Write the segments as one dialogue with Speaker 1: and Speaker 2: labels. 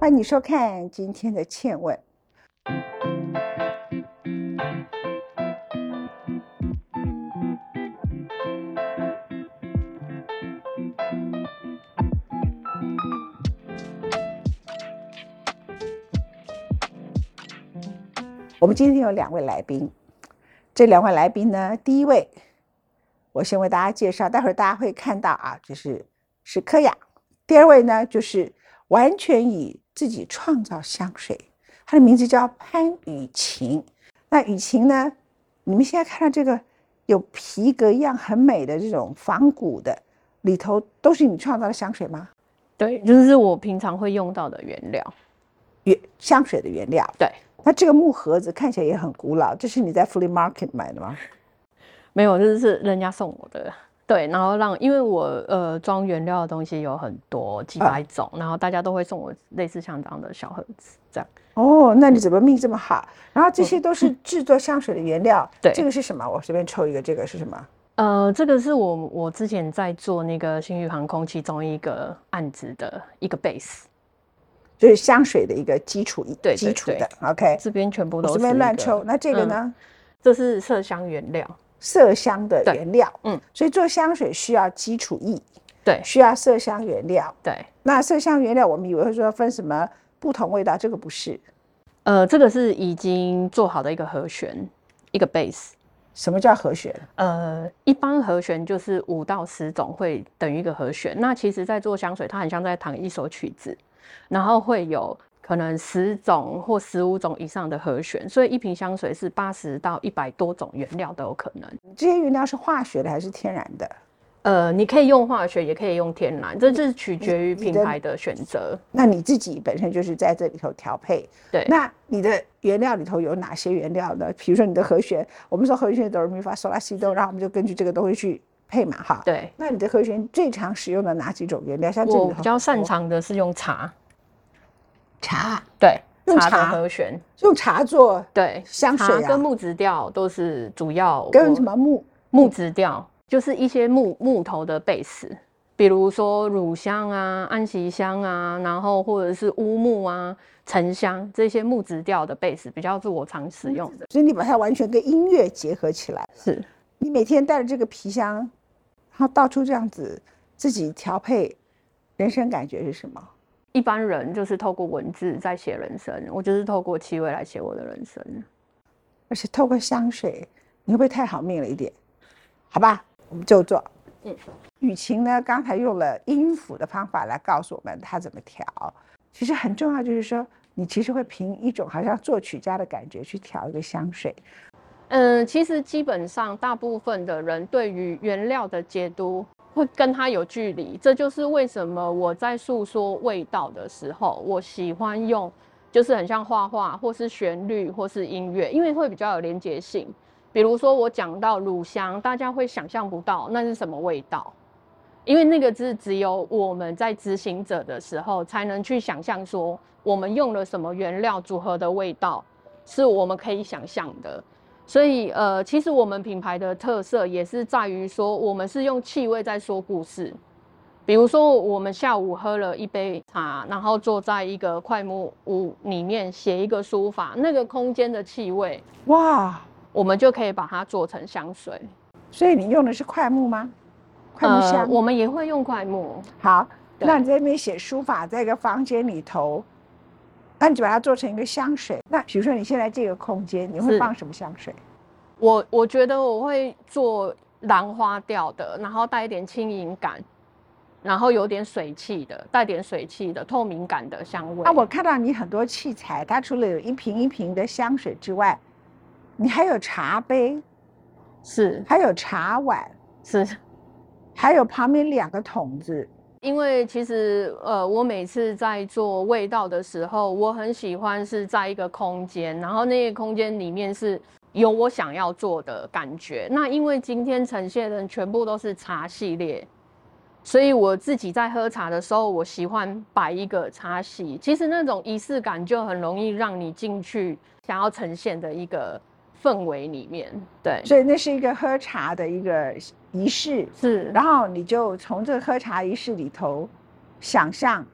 Speaker 1: 欢迎收看今天的《倩问》。我们今天有两位来宾，这两位来宾呢，第一位，我先为大家介绍，待会儿大家会看到啊，就是是科雅。第二位呢，就是完全以自己创造香水，她的名字叫潘雨晴。那雨晴呢，你们现在看到这个有皮革一样很美的这种仿古的，里头都是你创造的香水吗？
Speaker 2: 对，就是我平常会用到的原料。
Speaker 1: 原香水的原料。
Speaker 2: 对，
Speaker 1: 那这个木盒子看起来也很古老，这是你在 flea market 买的吗？
Speaker 2: 没有，这是人家送我的。对，然后让因为我呃装原料的东西有很多几
Speaker 1: 啊
Speaker 2: 百种，然后大家都会送我类似像这样的小盒子，这样
Speaker 1: 哦，那你怎么命这么好？然后这些都是制作香水的原料。
Speaker 2: 嗯对
Speaker 1: 这个是什么？我随便抽一个，这个是什么？
Speaker 2: 呃，这个是我我之前在做那个星宇航空其中一个案子的一个 base，
Speaker 1: 就是香水的一个基础，
Speaker 2: 对对
Speaker 1: 基础
Speaker 2: 对
Speaker 1: 的。OK，
Speaker 2: 这边全部
Speaker 1: 我
Speaker 2: 都
Speaker 1: 随
Speaker 2: 是
Speaker 1: 便
Speaker 2: 一
Speaker 1: 乱
Speaker 2: 个
Speaker 1: 抽。，那这个
Speaker 2: 嗯
Speaker 1: 呢？
Speaker 2: 这是麝香原料，
Speaker 1: 麝香的
Speaker 2: 对
Speaker 1: 原料。
Speaker 2: 嗯，
Speaker 1: 所以做香水需要基础液，
Speaker 2: 对
Speaker 1: 需要麝香原料。
Speaker 2: 对，
Speaker 1: 那麝香原料，我们以为会说分什么不同味道，这个不是。
Speaker 2: 呃，这个是已经做好的一个和弦，一个 base，
Speaker 1: 什么叫和弦？
Speaker 2: 呃，一般和弦就是五到十种会等于一个和弦。那其实，在做香水，它很像在弹一首曲子，然后会有可能十种或十五种以上的和弦，所以一瓶香水是八十到一百多种原料都有可能。
Speaker 1: 这些原料是化学的还是天然的？
Speaker 2: 呃，你可以用化学，也可以用天然，这是取决
Speaker 1: 你
Speaker 2: 于品
Speaker 1: 的
Speaker 2: 牌的选择。
Speaker 1: 那你自己本身就是在这里头调配。
Speaker 2: 对
Speaker 1: 那你的原料里头有哪些原料呢？比如说你的和弦，我们说和弦哆来咪发嗦拉西哆，然后我们就根据这个东西去配嘛，哈。。
Speaker 2: 对，
Speaker 1: 那你的和弦最常使用的哪几种原料？像这
Speaker 2: 我
Speaker 1: 里
Speaker 2: 比较擅
Speaker 1: 长
Speaker 2: 长的是用茶，
Speaker 1: 茶，
Speaker 2: 对，
Speaker 1: 用
Speaker 2: 茶的
Speaker 1: 茶
Speaker 2: 和弦，
Speaker 1: 用茶做
Speaker 2: 对，
Speaker 1: 香
Speaker 2: 茶
Speaker 1: 水啊
Speaker 2: 跟木质调都是主要。
Speaker 1: 跟什么木？
Speaker 2: 木质调，就是一些木木头的贝斯，比如说乳香啊、安息香啊，然后或者是乌木啊、沉香这些木质调的贝斯，比较是我常使用的。
Speaker 1: 所以你把它完全跟音乐结合起来。
Speaker 2: 是，
Speaker 1: 你每天带着这个皮箱，然后到处这样子自己调配，人生感觉是什么？
Speaker 2: 一般人就是透过文字在写人生，我就是透过气味来写我的人生。
Speaker 1: 而且透过香水，你会不会太好命了一点？好吧，我们就做。
Speaker 2: 嗯，
Speaker 1: 雨晴呢，刚才用了音符的方法来告诉我们她怎么调。其实很重要，就是说你其实会凭一种好像作曲家的感觉去调一个香水。
Speaker 2: 嗯，其实基本上大部分的人对于原料的解读会跟它有距离，这就是为什么我在诉说味道的时候，我喜欢用就是很像画画或是旋律或是音乐，因为会比较有连结性。比如说我讲到乳香，大家会想象不到那是什么味道，因为那个是只有我们在执行者的时候才能去想象说我们用了什么原料组合的味道是我们可以想象的。所以呃，其实我们品牌的特色也是在于说，我们是用气味在说故事。比如说，我们下午喝了一杯茶，然后坐在一个快木屋里面写一个书法，那个空间的气味，
Speaker 1: 哇，
Speaker 2: 我们就可以把它做成香水。
Speaker 1: 所以你用的是快木吗？快木香。
Speaker 2: 呃我们也会用快木。
Speaker 1: 好，
Speaker 2: 对
Speaker 1: 那你在那边写书法，在一个房间里头，那你就把它做成一个香水。那比如说你现在这个空间，你会
Speaker 2: 是
Speaker 1: 放什么香水？
Speaker 2: 我我觉得我会做兰花调的，然后带一点轻盈感，然后有点水汽的，带点水汽的透明感的香味。
Speaker 1: 那啊我看到你很多器材，它除了有一瓶一瓶的香水之外，你还有茶杯，
Speaker 2: 是
Speaker 1: 还有茶碗，
Speaker 2: 是。
Speaker 1: 还有旁边两个桶子。
Speaker 2: 因为其实呃，我每次在做味道的时候，我很喜欢是在一个空间，然后那个空间里面是有我想要做的感觉。那因为今天呈现的全部都是茶系列，所以我自己在喝茶的时候，我喜欢摆一个茶席。其实那种仪式感就很容易让你进去想要呈现的一个氛围里面。对，
Speaker 1: 所以那是一个喝茶的一个仪式，
Speaker 2: 是，
Speaker 1: 然后你就从这个喝茶仪式里头想象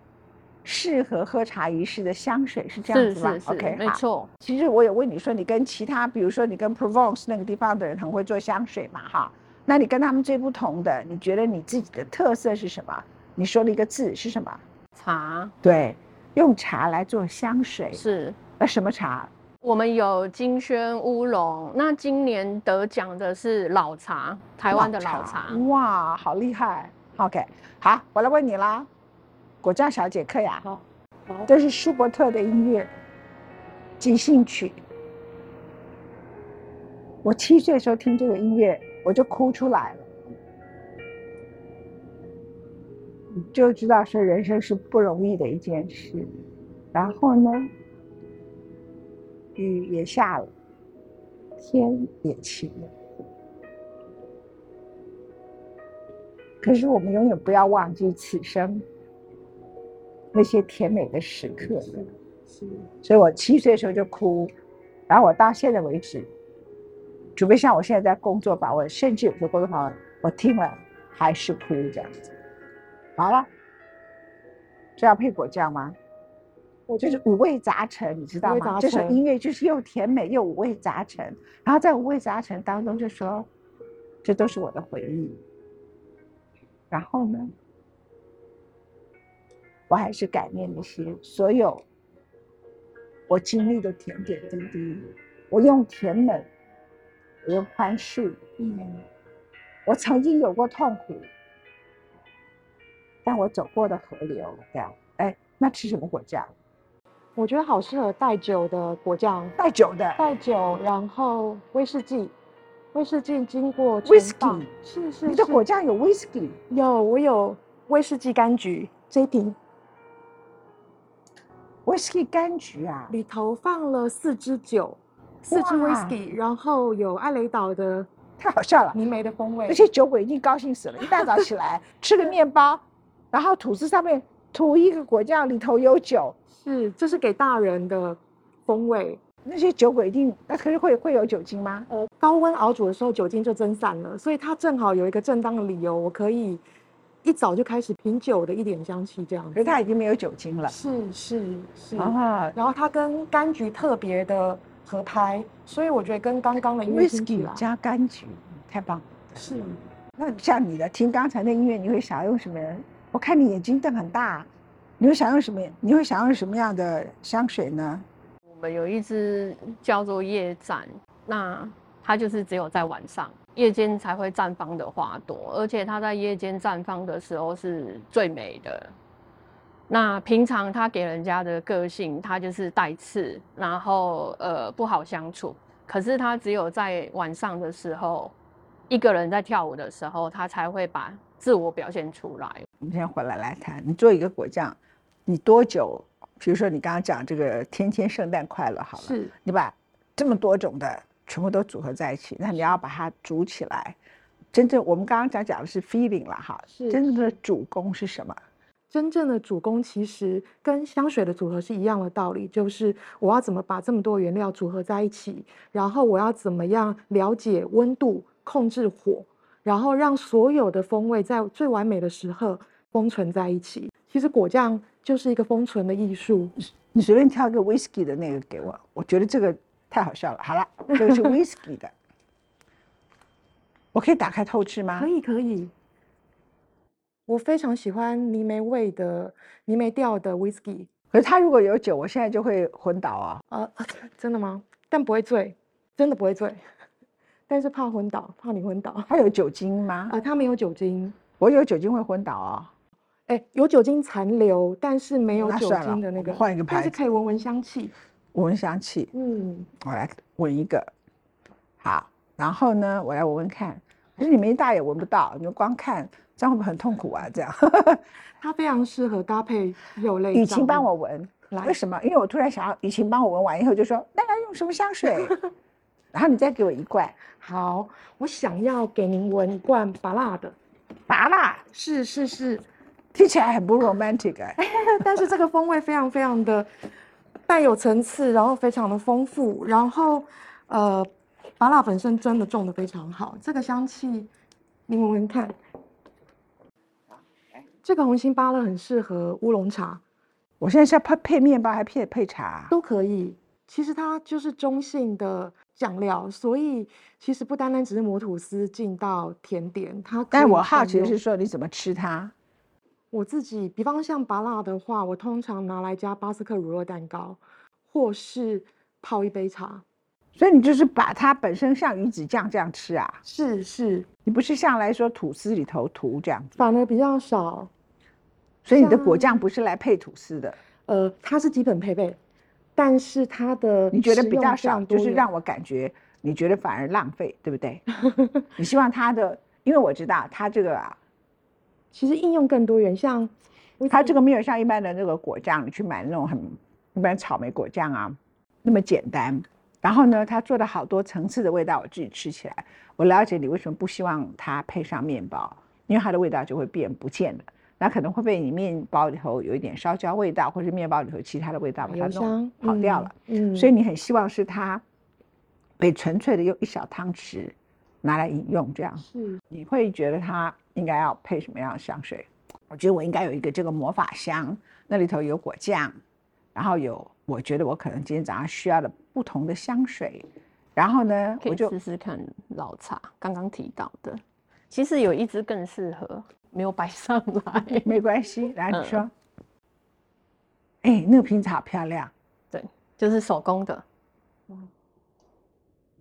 Speaker 1: 适合喝茶仪式的香水，是这样
Speaker 2: 是
Speaker 1: 子吗
Speaker 2: 是是
Speaker 1: o k
Speaker 2: 没
Speaker 1: 好。
Speaker 2: 错，
Speaker 1: 其实我有问你说，你跟其他，比如说你跟 Provence 那个地方的人很会做香水嘛，哈，那你跟他们最不同的，你觉得你自己的特色是什么？你说了一个字是什么？
Speaker 2: 茶
Speaker 1: 对，用茶来做香水，
Speaker 2: 是。
Speaker 1: 呃，什么茶？
Speaker 2: 我们有金萱乌龙，那今年得奖的是老茶，台湾的老茶。
Speaker 1: 哇，好厉害！OK，好，我来问你啦，果酱小姐克雅，
Speaker 2: 好好
Speaker 1: 这是舒伯特的音乐即兴曲。我七岁的时候听这个音乐，我就哭出来了，你就知道说人生是不容易的一件事。然后呢，雨也下了，天也晴了。可是我们永远不要忘记此生那些甜美的时刻。所以我七岁的时候就哭，然后我到现在为止，除非像我现在在工作吧，我甚至有时候工作坊我听了还是哭这样子。好了，这要配果酱吗？
Speaker 3: 我
Speaker 1: 就
Speaker 3: 就是是
Speaker 1: 五味杂陈，你知道
Speaker 3: 五味
Speaker 1: 吗？
Speaker 3: 杂
Speaker 1: 这首
Speaker 3: 陈
Speaker 1: 音乐就是又甜美又五味杂陈，然后在五味杂陈当中就说，这都是我的回忆。然后呢，我还是感念那些所有我经历的点点滴滴，我用甜美，我用宽恕，
Speaker 3: 嗯
Speaker 1: 我曾经有过痛苦，但我走过的河流，这样，哎，那吃什么果酱？
Speaker 3: 我觉得好适合带酒的果酱，
Speaker 1: 带酒的。
Speaker 3: 带酒，然后威士忌，威士忌经过
Speaker 1: Whisky
Speaker 3: 陈放是是
Speaker 1: 你的
Speaker 3: 是
Speaker 1: 果酱有 whisky，
Speaker 3: 有我有威士忌柑橘这一瓶，
Speaker 1: whisky 柑橘啊，
Speaker 3: 里头放了四支酒，四支
Speaker 1: 哇
Speaker 3: whisky，然后有艾雷岛的
Speaker 1: 太好笑了！
Speaker 3: 泥煤的风味
Speaker 1: 那，些酒鬼一定高兴死了，一大早起来 吃个面包，然后吐司上面涂一个果酱，里头有酒，
Speaker 3: 是这是给大人的风味。
Speaker 1: 那些酒鬼一定那可是会会有酒精吗？
Speaker 3: 呃，高温熬煮的时候酒精就蒸散了，所以它正好有一个正当的理由，我可以一早就开始品酒的一点香气这样
Speaker 1: 可
Speaker 3: 子
Speaker 1: 是。它已经没有酒精了
Speaker 3: 是是是，
Speaker 1: 啊。
Speaker 3: 然后它跟柑橘特别的合拍，所以我觉得跟刚刚的音乐听起
Speaker 1: whisky
Speaker 3: 来
Speaker 1: 加柑橘，太棒了！
Speaker 3: 是
Speaker 1: 那像你的听刚才那音乐，你会想用什么？我看你眼睛瞪很大，你会想用什么？你会想用什么样的香水呢？
Speaker 2: 我们有一支叫做夜战，那它就是只有在晚上夜间才会绽放的花朵，而且它在夜间绽放的时候是最美的。那平常它给人家的个性，它就是带刺，然后呃不好相处。可是它只有在晚上的时候，一个人在跳舞的时候，它才会把自我表现出来。
Speaker 1: 我们先回来来谈，你做一个果酱，你多久？比如说你刚刚讲这个“天天圣诞快乐”好了，
Speaker 3: 是
Speaker 1: 你把这么多种的全部都组合在一起，那你要把它煮起来。真正我们刚刚讲讲的是 feeling 了哈，
Speaker 3: 是
Speaker 1: 真正的主攻是什么？
Speaker 3: 真正的主攻其实跟香水的组合是一样的道理，就是我要怎么把这么多原料组合在一起，然后我要怎么样了解温度、控制火，然后让所有的风味在最完美的时刻封存在一起。其实果酱就是一个封存的艺术，
Speaker 1: 你随便挑一个 whisky 的那个给我，我觉得这个太好笑了。好了，这个是 whisky 的，我可以打开透视吗
Speaker 3: 可？以可以。我非常喜欢泥煤味的泥煤调的 whisky，
Speaker 1: 可是它如果有酒，我现在就会昏倒啊、
Speaker 3: 呃， 真的吗？但不会醉，真的不会醉， 但是怕昏倒，怕你昏倒。
Speaker 1: 它有酒精吗？
Speaker 3: 啊，它没有酒精，
Speaker 1: 我有酒精会昏倒啊、
Speaker 3: 哎，有酒精残留，但是没有
Speaker 1: 哦那
Speaker 3: 酒
Speaker 1: 算了
Speaker 3: 精的
Speaker 1: 我
Speaker 3: 那
Speaker 1: 们
Speaker 3: 个，
Speaker 1: 换一个牌
Speaker 3: 但是
Speaker 1: 子
Speaker 3: 可以闻闻香气。
Speaker 1: 我闻香气，
Speaker 3: 嗯，
Speaker 1: 我来闻一个，好，然后呢，我来闻闻看。可是你们一大也闻不到，你们光看，这样会不会很痛苦啊？这样，
Speaker 3: 它非常适合搭配肉类。
Speaker 1: 雨晴帮我，闻，
Speaker 3: 来
Speaker 1: 为什么？因为我突然想要雨晴帮我闻完以后就说，那要用什么香水？然后你再给我一罐
Speaker 3: 好，我想要给您闻一罐拔辣的，
Speaker 1: 拔蜡，
Speaker 3: 是 是是，
Speaker 1: 听起来很不 romantic 哎、
Speaker 3: 但是这个风味非常非常的带有层次，然后非常的丰富，然后呃，拔辣本身真的种的非常好，这个香气您闻闻看。这个红心芭乐很适合乌龙茶，
Speaker 1: 我现在是要配配面包还配配茶？
Speaker 3: 都可以。其实它就是中性的酱料，所以其实不单单只是磨吐司进到甜点，它可
Speaker 1: 但
Speaker 3: 以
Speaker 1: 我好
Speaker 3: 混
Speaker 1: 奇的
Speaker 3: 用
Speaker 1: 是说你怎么吃它？
Speaker 3: 我自己，比方像芭辣的话，我通常拿来加巴斯克乳酪蛋糕，或是泡一杯茶。
Speaker 1: 所以你就是把它本身像鱼子酱这样吃啊？
Speaker 3: 是是，
Speaker 1: 你不是像来说吐司里头涂这样子？
Speaker 3: 反而比较少。
Speaker 1: 所以你的果
Speaker 3: 像
Speaker 1: 酱不是来配吐司的，
Speaker 3: 呃，它是基本配备，但是它的
Speaker 1: 你觉得
Speaker 3: 食
Speaker 1: 比
Speaker 3: 用
Speaker 1: 较
Speaker 3: 非
Speaker 1: 少，
Speaker 3: 常
Speaker 1: 就
Speaker 3: 多
Speaker 1: 是
Speaker 3: 元
Speaker 1: 让我感觉你觉得反而浪费，对不 对？你希望它的，因为我知道它这个啊，
Speaker 3: 其实应用更多元，像我
Speaker 1: 它
Speaker 3: 自
Speaker 1: 这个没有像一般的那个果酱，你去买那种很一般草莓果酱啊那么简单。然后呢，它做了好多层次的味道，我自己吃起来，我了解你为什么不希望它配上面包，因为它的味道就会变不见了。那可能会被你面包里头有一点烧焦味道，或是面包里头其他的味道把它
Speaker 3: 油
Speaker 1: 弄
Speaker 3: 香
Speaker 1: 跑掉了。，
Speaker 3: 嗯，嗯
Speaker 1: 所以你很希望是它被纯粹的用一小汤匙拿来饮用，这样
Speaker 3: 是
Speaker 1: 你会觉得它应该要配什么样的香水？我觉得我应该有一个这个魔法香，那里头有果酱，然后有我觉得我可能今天早上需要的不同的香水，然后呢，
Speaker 2: 可
Speaker 1: 我
Speaker 2: 以
Speaker 1: 就
Speaker 2: 试试看老茶，刚刚提到的，其实有一支更适合，没有摆 上来。
Speaker 1: 没关系。然后你
Speaker 2: 嗯
Speaker 1: 说，哎，那个瓶子好漂亮，
Speaker 2: 对，就是手工的，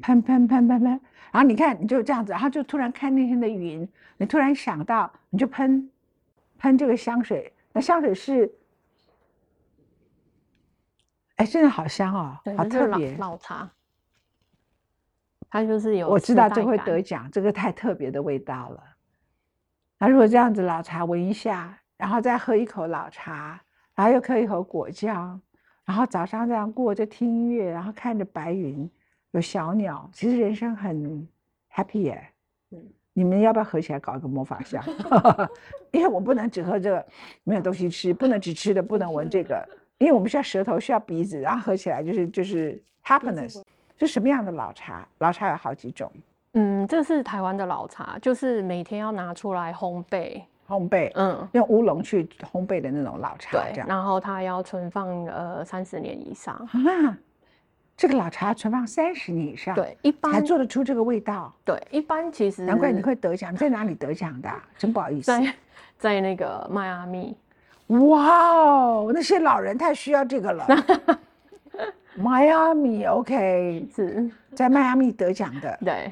Speaker 1: 喷喷喷喷喷，然后你看你就这样子，然后就突然看那天的云，你突然想到，你就喷，喷这个香水。那香水是，哎，真的好香哦
Speaker 2: 对，，
Speaker 1: 好
Speaker 2: 就是
Speaker 1: 特
Speaker 2: 老
Speaker 1: 别。
Speaker 2: 老茶，它就是有
Speaker 1: 我
Speaker 2: 时
Speaker 1: 知道
Speaker 2: 代
Speaker 1: 这会
Speaker 2: 感
Speaker 1: 得奖，这个太特别的味道了。那如果这样子，老茶闻一下，然后再喝一口老茶，然后又喝一口果酱，然后早上这样过，就听音乐，然后看着白云，有小鸟，其实人生很 happy 耶、
Speaker 2: 嗯
Speaker 1: 你们要不要合起来搞一个魔法箱？ 因为我不能只喝这个，没有东西吃，不能只吃的，不能闻这个，因为我们需要舌头，需要鼻子，然后合起来就是就是 happiness。是什么样的老茶？老茶有好几种，
Speaker 2: 嗯，这是台湾的老茶，就是每天要拿出来烘焙，
Speaker 1: 烘焙，
Speaker 2: 嗯，
Speaker 1: 用乌龙去烘焙的那种老茶，
Speaker 2: 对
Speaker 1: 这，样
Speaker 2: 然后它要存放呃三十年以上，
Speaker 1: 啊。这个老茶存放三十年以上，，
Speaker 2: 对，嗯一
Speaker 1: 才
Speaker 2: 般
Speaker 1: 做得出这个味道，
Speaker 2: 对一般其实
Speaker 1: 难怪你会得奖。你在哪里得奖的 啊？真不好意思。
Speaker 2: 在在那个迈阿密，
Speaker 1: 哇哦，那些老人太需要这个 了。迈阿密，OK，
Speaker 2: 是，
Speaker 1: 在迈阿密得奖的，
Speaker 2: 对。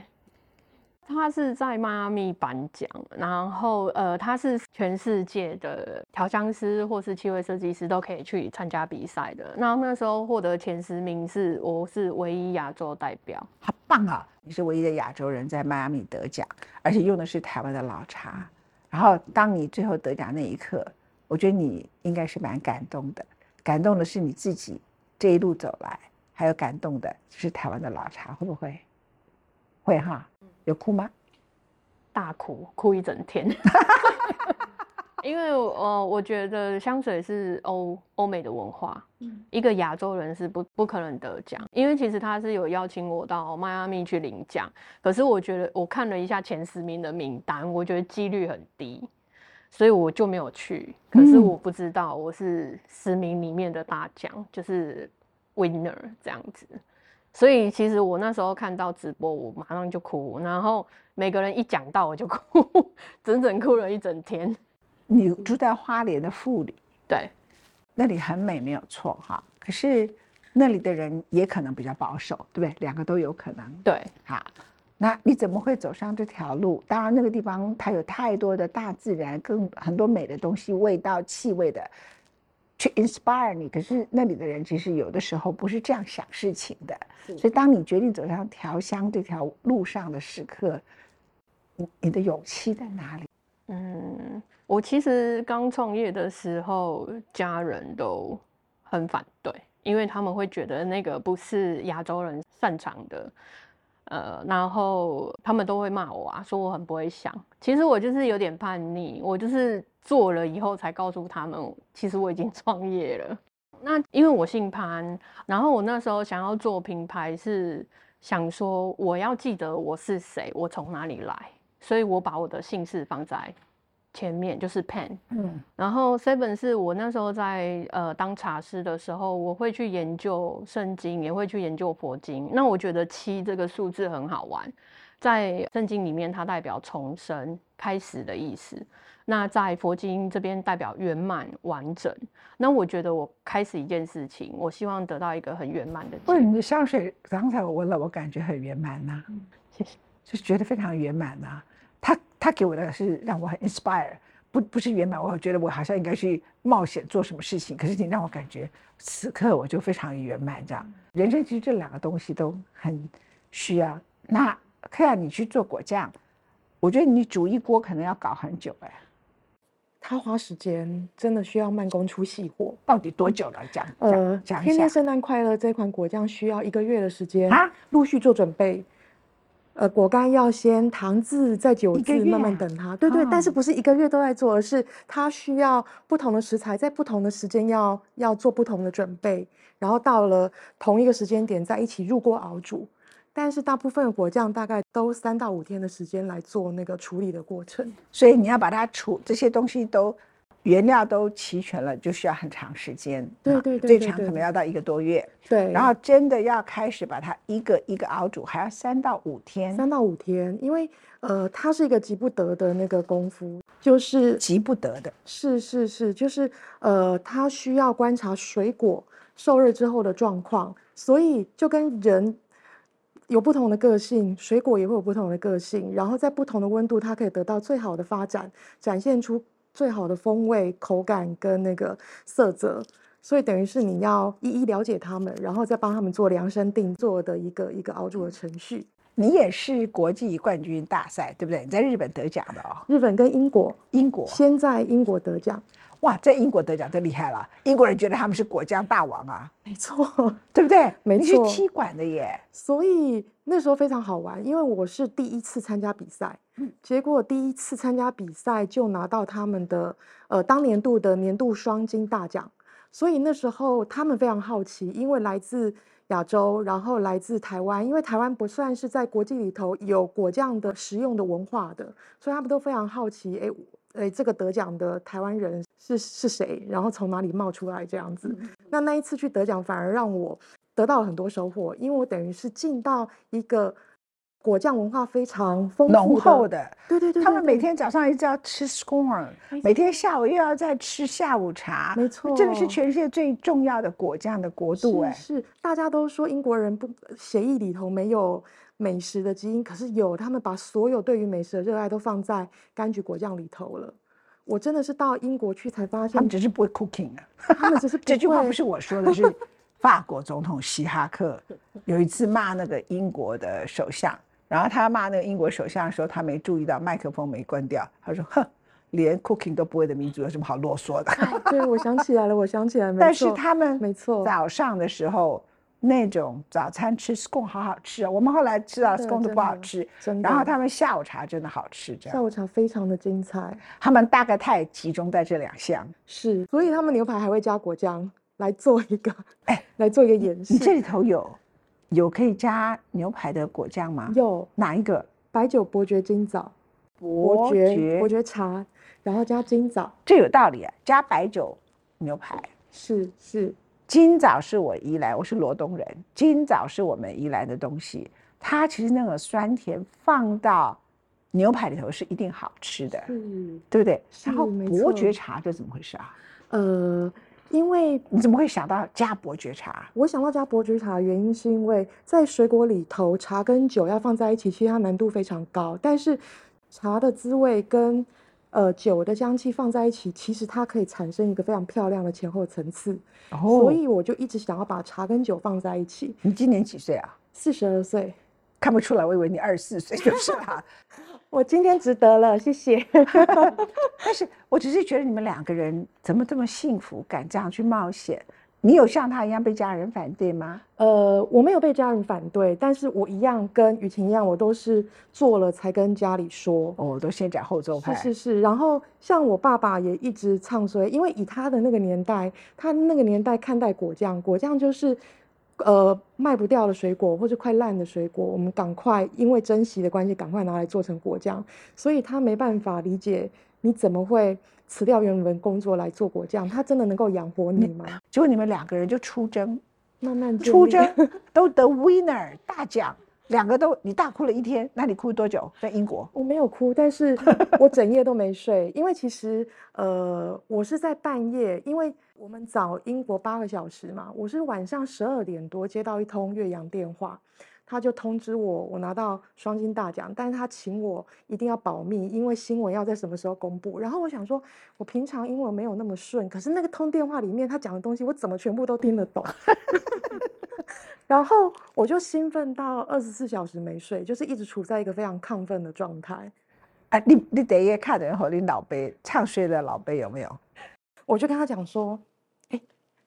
Speaker 2: 他是在迈阿密颁奖，然后呃，他是全世界的调香师或是气味设计师都可以去参加比赛的。那那时候获得前十名是我是唯一亚洲代表，
Speaker 1: 好棒啊！你是唯一的亚洲人在迈阿密得奖，而且用的是台湾的老茶。然后，当你最后得奖那一刻，我觉得你应该是蛮感动的。感动的是你自己这一路走来，还有感动的是台湾的老茶，会不会？会哈，有哭吗？
Speaker 2: 大哭哭一整天，因为呃，我觉得香水是欧欧美的文化，一个亚洲人是不不可能得奖，因为其实他是有邀请我到迈阿密去领奖，可是我觉得我看了一下前十名的名单，我觉得几率很低，所以我就没有去。可是
Speaker 1: 嗯
Speaker 2: 我不知道我是十名里面的大奖，就是 winner 这样子。所以其实我那时候看到直播，我马上就哭，然后每个人一讲到我就哭， 整整哭了一整天。
Speaker 1: 你住在花莲的富里，
Speaker 2: 对，
Speaker 1: 那里很美，没有错哈。可是那里的人也可能比较保守，对不对？两个都有可能。
Speaker 2: 对，
Speaker 1: 哈，那你怎么会走上这条路？当然，那个地方它有太多的大自然，更很多美的东西，味道、气味的，去 inspire 你。可是那里的人其实有的时候不是这样想事情的，所以当你决定走上调香这条路上的时刻，你你的勇气在哪里？
Speaker 2: 嗯，我其实刚创业的时候，家人都很反对，因为他们会觉得那个不是亚洲人擅长的，呃，然后他们都会骂我啊，说我很不会想。其实我就是有点叛逆，我就是做了以后才告诉他们，其实我已经创业了。那因为我姓潘，然后我那时候想要做品牌是想说我要记得我是谁，我从哪里来，所以我把我的姓氏放在前面，就是 pan。
Speaker 1: 嗯
Speaker 2: 然后 seven 是我那时候在呃当茶师的时候，我会去研究圣经，也会去研究佛经。那我觉得七这个数字很好玩，在圣经里面它代表重生、开始的意思；那在佛经这边代表圆满、完整。那我觉得我开始一件事情，我希望得到一个很圆满的结
Speaker 1: 不
Speaker 2: 果。
Speaker 1: 哦是你的香水，刚才我闻了，我感觉很圆满呐、
Speaker 3: 嗯
Speaker 2: 谢谢。
Speaker 1: 就是觉得非常圆满呐、他他给我的是让我很 inspire，不不是圆满，我觉得我好像应该去冒险做什么事情。可是你让我感觉此刻我就非常圆满这
Speaker 3: 嗯
Speaker 1: 样。人生其实这两个东西都很需要。那克亚，你去做果酱，我觉得你煮一锅可能要搞很久哎，
Speaker 3: 它花时间真的需要慢工出细活。
Speaker 1: 到底多久了？讲
Speaker 3: 呃
Speaker 1: 讲，讲
Speaker 3: 天
Speaker 1: 一
Speaker 3: 天
Speaker 1: 下
Speaker 3: 圣诞快乐这款果酱需要一个月的时间
Speaker 1: 啊，
Speaker 3: 陆续做准备。呃，果干要先糖渍，再酒
Speaker 1: 一个
Speaker 3: 渍，慢慢
Speaker 1: 月
Speaker 3: 等它。对对，但是
Speaker 1: 哦
Speaker 3: 不是一个月都在做，而是它需要不同的食材，在不同的时间要要做不同的准备，然后到了同一个时间点在一起入锅熬煮。但是大部分的果酱大概都三到五天的时间来做那个处理的过程。
Speaker 1: 所以你要把它除这些东西都原料都齐全了，就需要很长时间。
Speaker 3: 对
Speaker 1: 啊
Speaker 3: 对对
Speaker 1: 最
Speaker 3: 对
Speaker 1: 长可
Speaker 3: 对
Speaker 1: 能要到一个多月。
Speaker 3: 对，
Speaker 1: 然后真的要开始把它一个一个熬煮，还要三到五天，
Speaker 3: 三到五天，因为呃，它是一个急不得的那个功夫，就是
Speaker 1: 急不得的。
Speaker 3: 是是是，就是呃，它需要观察水果受热之后的状况，所以就跟人有不同的个性，水果也会有不同的个性，然后在不同的温度，它可以得到最好的发展，展现出最好的风味、口感跟那个色泽。所以等于是你要一一了解它们，然后再帮他们做量身定做的一个一个熬煮的程序。
Speaker 1: 你也是国际冠军大赛，对不对？你在日本得奖的哦，
Speaker 3: 日本跟英国
Speaker 1: 英国
Speaker 3: 先在英国得奖，
Speaker 1: 哇，在英国得奖就厉害了。英国人觉得他们是果酱大王啊，
Speaker 3: 没错。
Speaker 1: 对不对？
Speaker 3: 没
Speaker 1: 你
Speaker 3: 错
Speaker 1: 是踢馆的耶，
Speaker 3: 所以那时候非常好玩，因为我是第一次参加比赛，
Speaker 1: 嗯
Speaker 3: 结果第一次参加比赛就拿到他们的呃当年度的年度双金大奖，所以那时候他们非常好奇，因为来自亚洲，然后来自台湾，因为台湾不算是在国际里头有果酱的食用的文化的，所以他们都非常好奇，哎哎，这个得奖的台湾人是是谁，然后从哪里冒出来这样子。
Speaker 1: 嗯
Speaker 3: 那那一次去得奖，反而让我得到了很多收获，因为我等于是进到一个果酱文化非常丰富
Speaker 1: 浓厚
Speaker 3: 的，
Speaker 1: 的。
Speaker 3: 对对对
Speaker 1: 他们每
Speaker 3: 对
Speaker 1: 天早上一直要吃 scone，
Speaker 3: 没
Speaker 1: 每天下午又要再吃下午茶，
Speaker 3: 没错，
Speaker 1: 真的是全世界最重要的果酱的国度哎。
Speaker 3: 是是，大家都说英国人不协议里头没有美食的基因，可是有，他们把所有对于美食的热爱都放在柑橘果酱里头了。我真的是到英国去才发
Speaker 1: 他
Speaker 3: 现
Speaker 1: 们，只是不会 cooking 啊。
Speaker 3: 他们只是
Speaker 1: 这句话
Speaker 3: 会
Speaker 1: 不是我 说的，是法国总统希哈克有一次骂那个英国的首相，然后他骂那个英国首相的时候，他没注意到麦克风没关掉，他说：“哼，连 cooking 都不会的民族有什么好啰嗦的
Speaker 3: 哎对，我想起来了，我想起来，？”没
Speaker 1: 但是
Speaker 3: 错，
Speaker 1: 他们
Speaker 3: 没错
Speaker 1: 早上的时候那种早餐吃 scone 好好吃啊，我们后来知道
Speaker 3: 真的
Speaker 1: scone 都
Speaker 3: 真
Speaker 1: 不好
Speaker 3: 的
Speaker 1: 吃，
Speaker 3: 真的，
Speaker 1: 然后他们下午茶真的好吃，这
Speaker 3: 下
Speaker 1: 样
Speaker 3: 午茶非常的精彩，
Speaker 1: 他们大概太集中在这两项。
Speaker 3: 是，所以他们牛排还会加果酱来做一个，
Speaker 1: 哎，
Speaker 3: 来做一个演
Speaker 1: 你这
Speaker 3: 示，
Speaker 1: 里头有有可以加牛排的果酱吗？
Speaker 3: 有
Speaker 1: 哪一个？
Speaker 3: 白酒伯爵金枣。伯
Speaker 1: 伯
Speaker 3: 爵
Speaker 1: 爵，
Speaker 3: 伯爵茶，然后加金枣，
Speaker 1: 这有道理啊！加白酒牛排，
Speaker 3: 是是，
Speaker 1: 今早是我宜兰，我是罗东人，今早是我们宜兰的东西。它其实那个酸甜放到牛排里头是一定好吃的，
Speaker 3: 嗯，
Speaker 1: 对不对？
Speaker 3: 是
Speaker 1: 然后
Speaker 3: 没
Speaker 1: 伯
Speaker 3: 错
Speaker 1: 爵茶这怎么回事啊？
Speaker 3: 呃，因为
Speaker 1: 你怎么会想到加伯爵茶？
Speaker 3: 我想到加伯爵茶的原因，是因为在水果里头，茶跟酒要放在一起，其实它难度非常高。但是茶的滋味跟呃酒的香气放在一起，其实它可以产生一个非常漂亮的前后层次。所以我就一直想要把茶跟酒放在一起。
Speaker 1: 哦你今年几岁啊？
Speaker 3: 四十二岁，
Speaker 1: 看不出来，我以为你二十四岁 就是了。
Speaker 3: 我今天值得了，谢谢。
Speaker 1: 但是我只是觉得你们两个人怎么这么幸福，敢这样去冒险？你有像他一样被家人反对吗？
Speaker 3: 呃，我没有被家人反对，但是我一样跟雨晴一样，我都是做了才跟家里说。
Speaker 1: 哦，我都先讲后奏派。
Speaker 3: 是是是，然后像我爸爸也一直唱衰，因为以他的那个年代，他那个年代看待果酱，果酱就是，呃，卖不掉的水果或者快烂的水果，我们赶快因为珍惜的关系，赶快拿来做成果酱，所以他没办法理解你怎么会辞掉原本工作来做果酱？它真的能够养活你吗？
Speaker 1: 结果你们两个人就出征，
Speaker 3: 慢慢建
Speaker 1: 出
Speaker 3: 立
Speaker 1: 征都得 winner 大奖，两个都你大哭了一天，那你哭多久？在英国
Speaker 3: 我没有哭，但是我整夜都没睡，因为其实呃，我是在半夜，因为我们早英国八个小时嘛，我是晚上十二点多接到一通岳阳电话，他就通知我我拿到双金大奖，但是他请我一定要保密，因为新闻要在什么时候公布。然后我想说，我平常英文没有那么顺，可是那个通电话里面他讲的东西，我怎么全部都听得懂？然后我就兴奋到二十四小时没睡，就是一直处在一个非常亢奋的状态。
Speaker 1: 啊，你你得一看人和你老贝唱衰的老贝有没有？
Speaker 3: 我就跟他讲说，哎，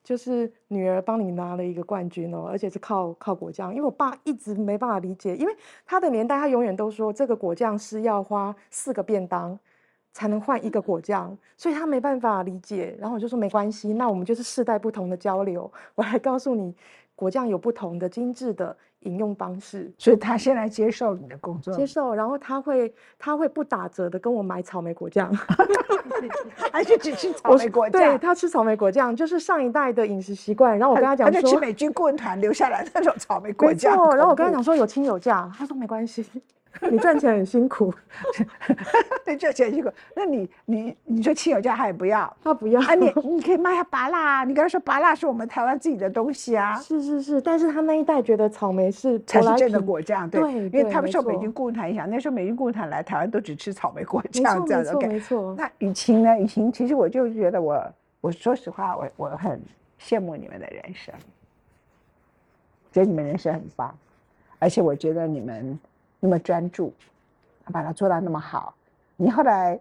Speaker 3: 就是女儿帮你拿了一个冠军哦，而且是靠靠果酱，因为我爸一直没办法理解，因为他的年代他永远都说这个果酱是要花四个便当。才能换一个果酱，所以他没办法理解。然后我就说没关系，那我们就是世代不同的交流。我来告诉你，果酱有不同的精致的饮用方式。
Speaker 1: 所以他现在接受你的工作
Speaker 3: 接，受，然后他会他会不打折的跟我买草莓果酱，
Speaker 1: 而且只吃草
Speaker 3: 我
Speaker 1: 莓
Speaker 3: 是
Speaker 1: 果
Speaker 3: 对
Speaker 1: 酱。
Speaker 3: 他吃草莓果酱就是上一代的饮食习惯，然后我跟他讲
Speaker 1: 他就吃
Speaker 3: 说，
Speaker 1: 美军顾问团留下来的那种草莓果
Speaker 3: 没
Speaker 1: 酱。
Speaker 3: 错，然后我跟他
Speaker 1: 恐
Speaker 3: 讲说有亲有价，他说没关系，你赚钱很辛苦，
Speaker 1: 怖， 对，就前结果，那你你你说亲友家他也不要
Speaker 3: 他不要，
Speaker 1: 啊，你你可以卖他拔蜡啊，你跟他说拔蜡是我们台湾自己的东西啊，
Speaker 3: 是是是，但是他那一代觉得草莓是
Speaker 1: 才
Speaker 3: 舶
Speaker 1: 是
Speaker 3: 来
Speaker 1: 真的
Speaker 3: 品
Speaker 1: 果酱，对，
Speaker 3: 对
Speaker 1: 因为
Speaker 3: 对
Speaker 1: 他们
Speaker 3: 没
Speaker 1: 受美
Speaker 3: 错
Speaker 1: 军顾问团影响，那时候美军顾问团来台湾都只吃草莓果
Speaker 3: 没
Speaker 1: 酱
Speaker 3: 错
Speaker 1: 这样
Speaker 3: 没
Speaker 1: 的
Speaker 3: 错
Speaker 1: ，OK。
Speaker 3: 没错，
Speaker 1: 那雨晴呢？雨晴，其实我就觉得我，我说实话，我我很羡慕你们的人生，觉得你们人生很棒，而且我觉得你们那么专注，把它做到那么好。你后来，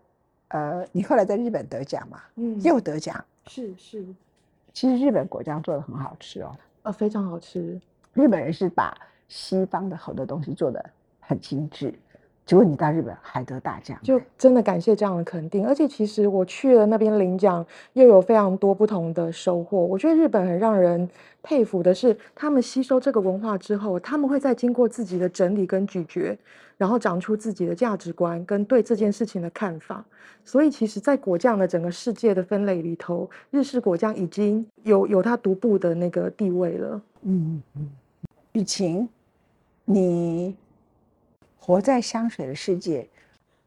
Speaker 1: 呃，你后来在日本得奖嘛，
Speaker 3: 嗯，
Speaker 1: 又得奖。
Speaker 3: 是是，
Speaker 1: 其实日本果酱做的很好吃哦，
Speaker 3: 呃，非常好吃，
Speaker 1: 日本人是把西方的很多东西做的很精致，结果你到日本还得大奖，
Speaker 3: 就真的感谢这样的肯定，而且其实我去了那边领奖，又有非常多不同的收获。我觉得日本很让人佩服的是，他们吸收这个文化之后，他们会再经过自己的整理跟咀嚼，然后长出自己的价值观跟对这件事情的看法。所以，其实，在果酱的整个世界的分类里头，日式果酱已经有有它独步的那个地位了。
Speaker 1: 嗯，嗯，雨晴，你活在香水的世界，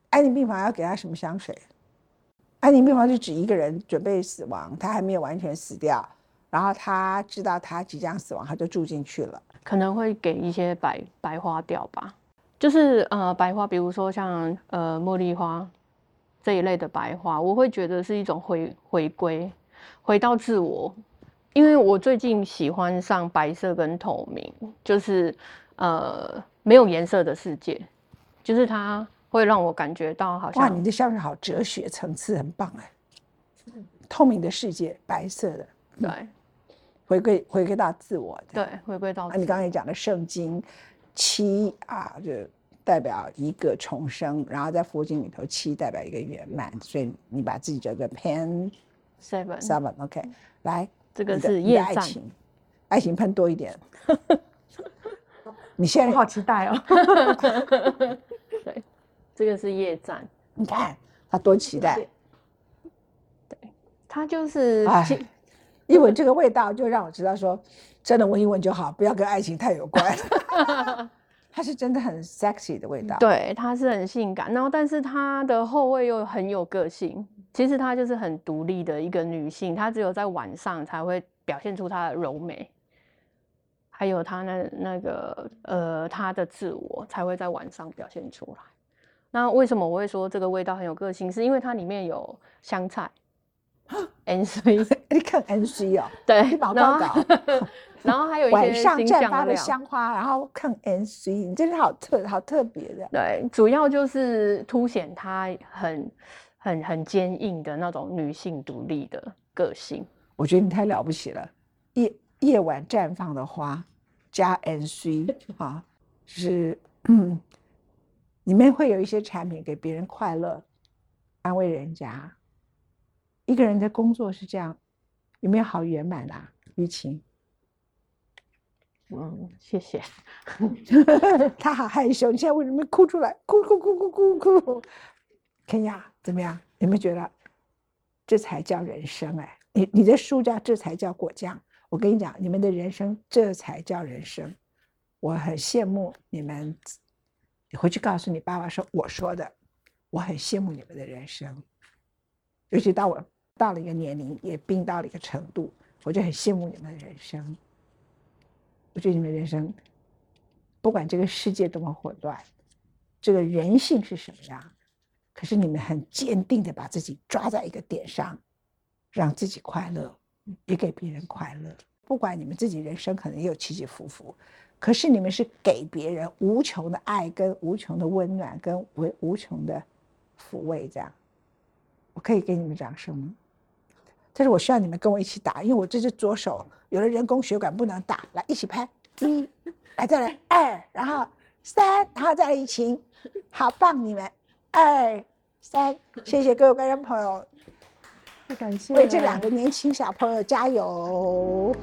Speaker 1: 安宁病房要给他什么香水？安宁病房是指一个人准备死亡，他还没有完全死掉，然后他知道他即将死亡，他就住进去了。
Speaker 2: 可能会给一些白白花调吧，就是呃白花，比如说像呃茉莉花这一类的白花，我会觉得是一种回回归，回到自我，因为我最近喜欢上白色跟透明，就是呃没有颜色的世界，就是它会让我感觉到好
Speaker 1: 哇，
Speaker 2: 像
Speaker 1: 你的香水好哲学层次，很棒哎！透明的世界，白色的，
Speaker 2: 对
Speaker 1: 回归回归到自我的。
Speaker 2: 对回归到
Speaker 1: 啊，你
Speaker 2: 自
Speaker 1: 刚才
Speaker 2: 我
Speaker 1: 也讲的圣经七啊，就代表一个重生，然后在佛经里头七代表一个圆满，所以你把自己叫做 Pan
Speaker 2: seven，
Speaker 1: Seven，OK，、来，
Speaker 2: 嗯这个
Speaker 1: 你的
Speaker 2: 是
Speaker 1: 你的
Speaker 2: 夜
Speaker 1: 爱
Speaker 2: 战，
Speaker 1: 情，爱情喷多一点。你现
Speaker 3: 我
Speaker 1: 在
Speaker 3: 好期待哦！
Speaker 2: 对，这个是夜战。
Speaker 1: 你看他多期待，
Speaker 2: 它就是
Speaker 1: 哎
Speaker 2: 其
Speaker 1: 一闻这个味道就让我知道说，真的闻一闻就好，不要跟爱情太有 关。它是真的很 sexy 的味道。
Speaker 2: 对，它是很性感，然后但是它的后卫又很有个性。其实她就是很独立的一个女性，她只有在晚上才会表现出她的柔美，还有她那那个呃她的自我才会在晚上表现出来。那为什么我会说这个味道很有个性？是因为它里面有香菜
Speaker 1: 啊
Speaker 2: ，N C
Speaker 1: 你看 NC 哦，
Speaker 2: 对
Speaker 1: 你，毛
Speaker 2: 然
Speaker 1: 高
Speaker 2: 后
Speaker 1: 高。
Speaker 2: 然后还有一
Speaker 1: 晚
Speaker 2: 些
Speaker 1: 上
Speaker 2: 新
Speaker 1: 绽
Speaker 2: 香
Speaker 1: 放的
Speaker 2: 料
Speaker 1: 香花，然后看 NC，你真是好特好特别的。
Speaker 2: 对，主要就是凸显她很、很、很坚硬的那种女性独立的个性。
Speaker 1: 我觉得你太了不起了，夜夜晚绽放的花加 NC 啊，就是嗯，里面会有一些产品给别人快乐，安慰人家。一个人的工作是这样，有没有好圆满啊？雨 晴，
Speaker 2: 嗯，谢谢。
Speaker 1: 哎她好害羞，你现在为什么哭出来？哭哭哭哭哭哭！肯雅怎么样？有没有觉得这才叫人生？哎，你你的书叫这才叫果酱。我跟你讲，你们的人生这才叫人生。我很羡慕你们，你回去告诉你爸爸说我说的，我很羡慕你们的人生。尤其到我到了一个年龄，也病到了一个程度，我就很羡慕你们的人生。我觉得你们人生，不管这个世界多么混乱，这个人性是什么样，可是你们很坚定的把自己抓在一个点上，让自己快乐，也给别人快乐。不管你们自己人生可能也有起起伏伏，可是你们是给别人无穷的爱、跟无穷的温暖、跟无无穷的抚慰。这样，我可以给你们掌声吗？但是我需要你们跟我一起打，因为我这只左手有了人工血管不能打。来，一起拍，一，来再来二，然后三，然后再来一起，好棒！你们二三，谢谢各位观众朋友，
Speaker 3: 太感谢
Speaker 1: 为这
Speaker 3: 了
Speaker 1: 两个年轻小朋友加油。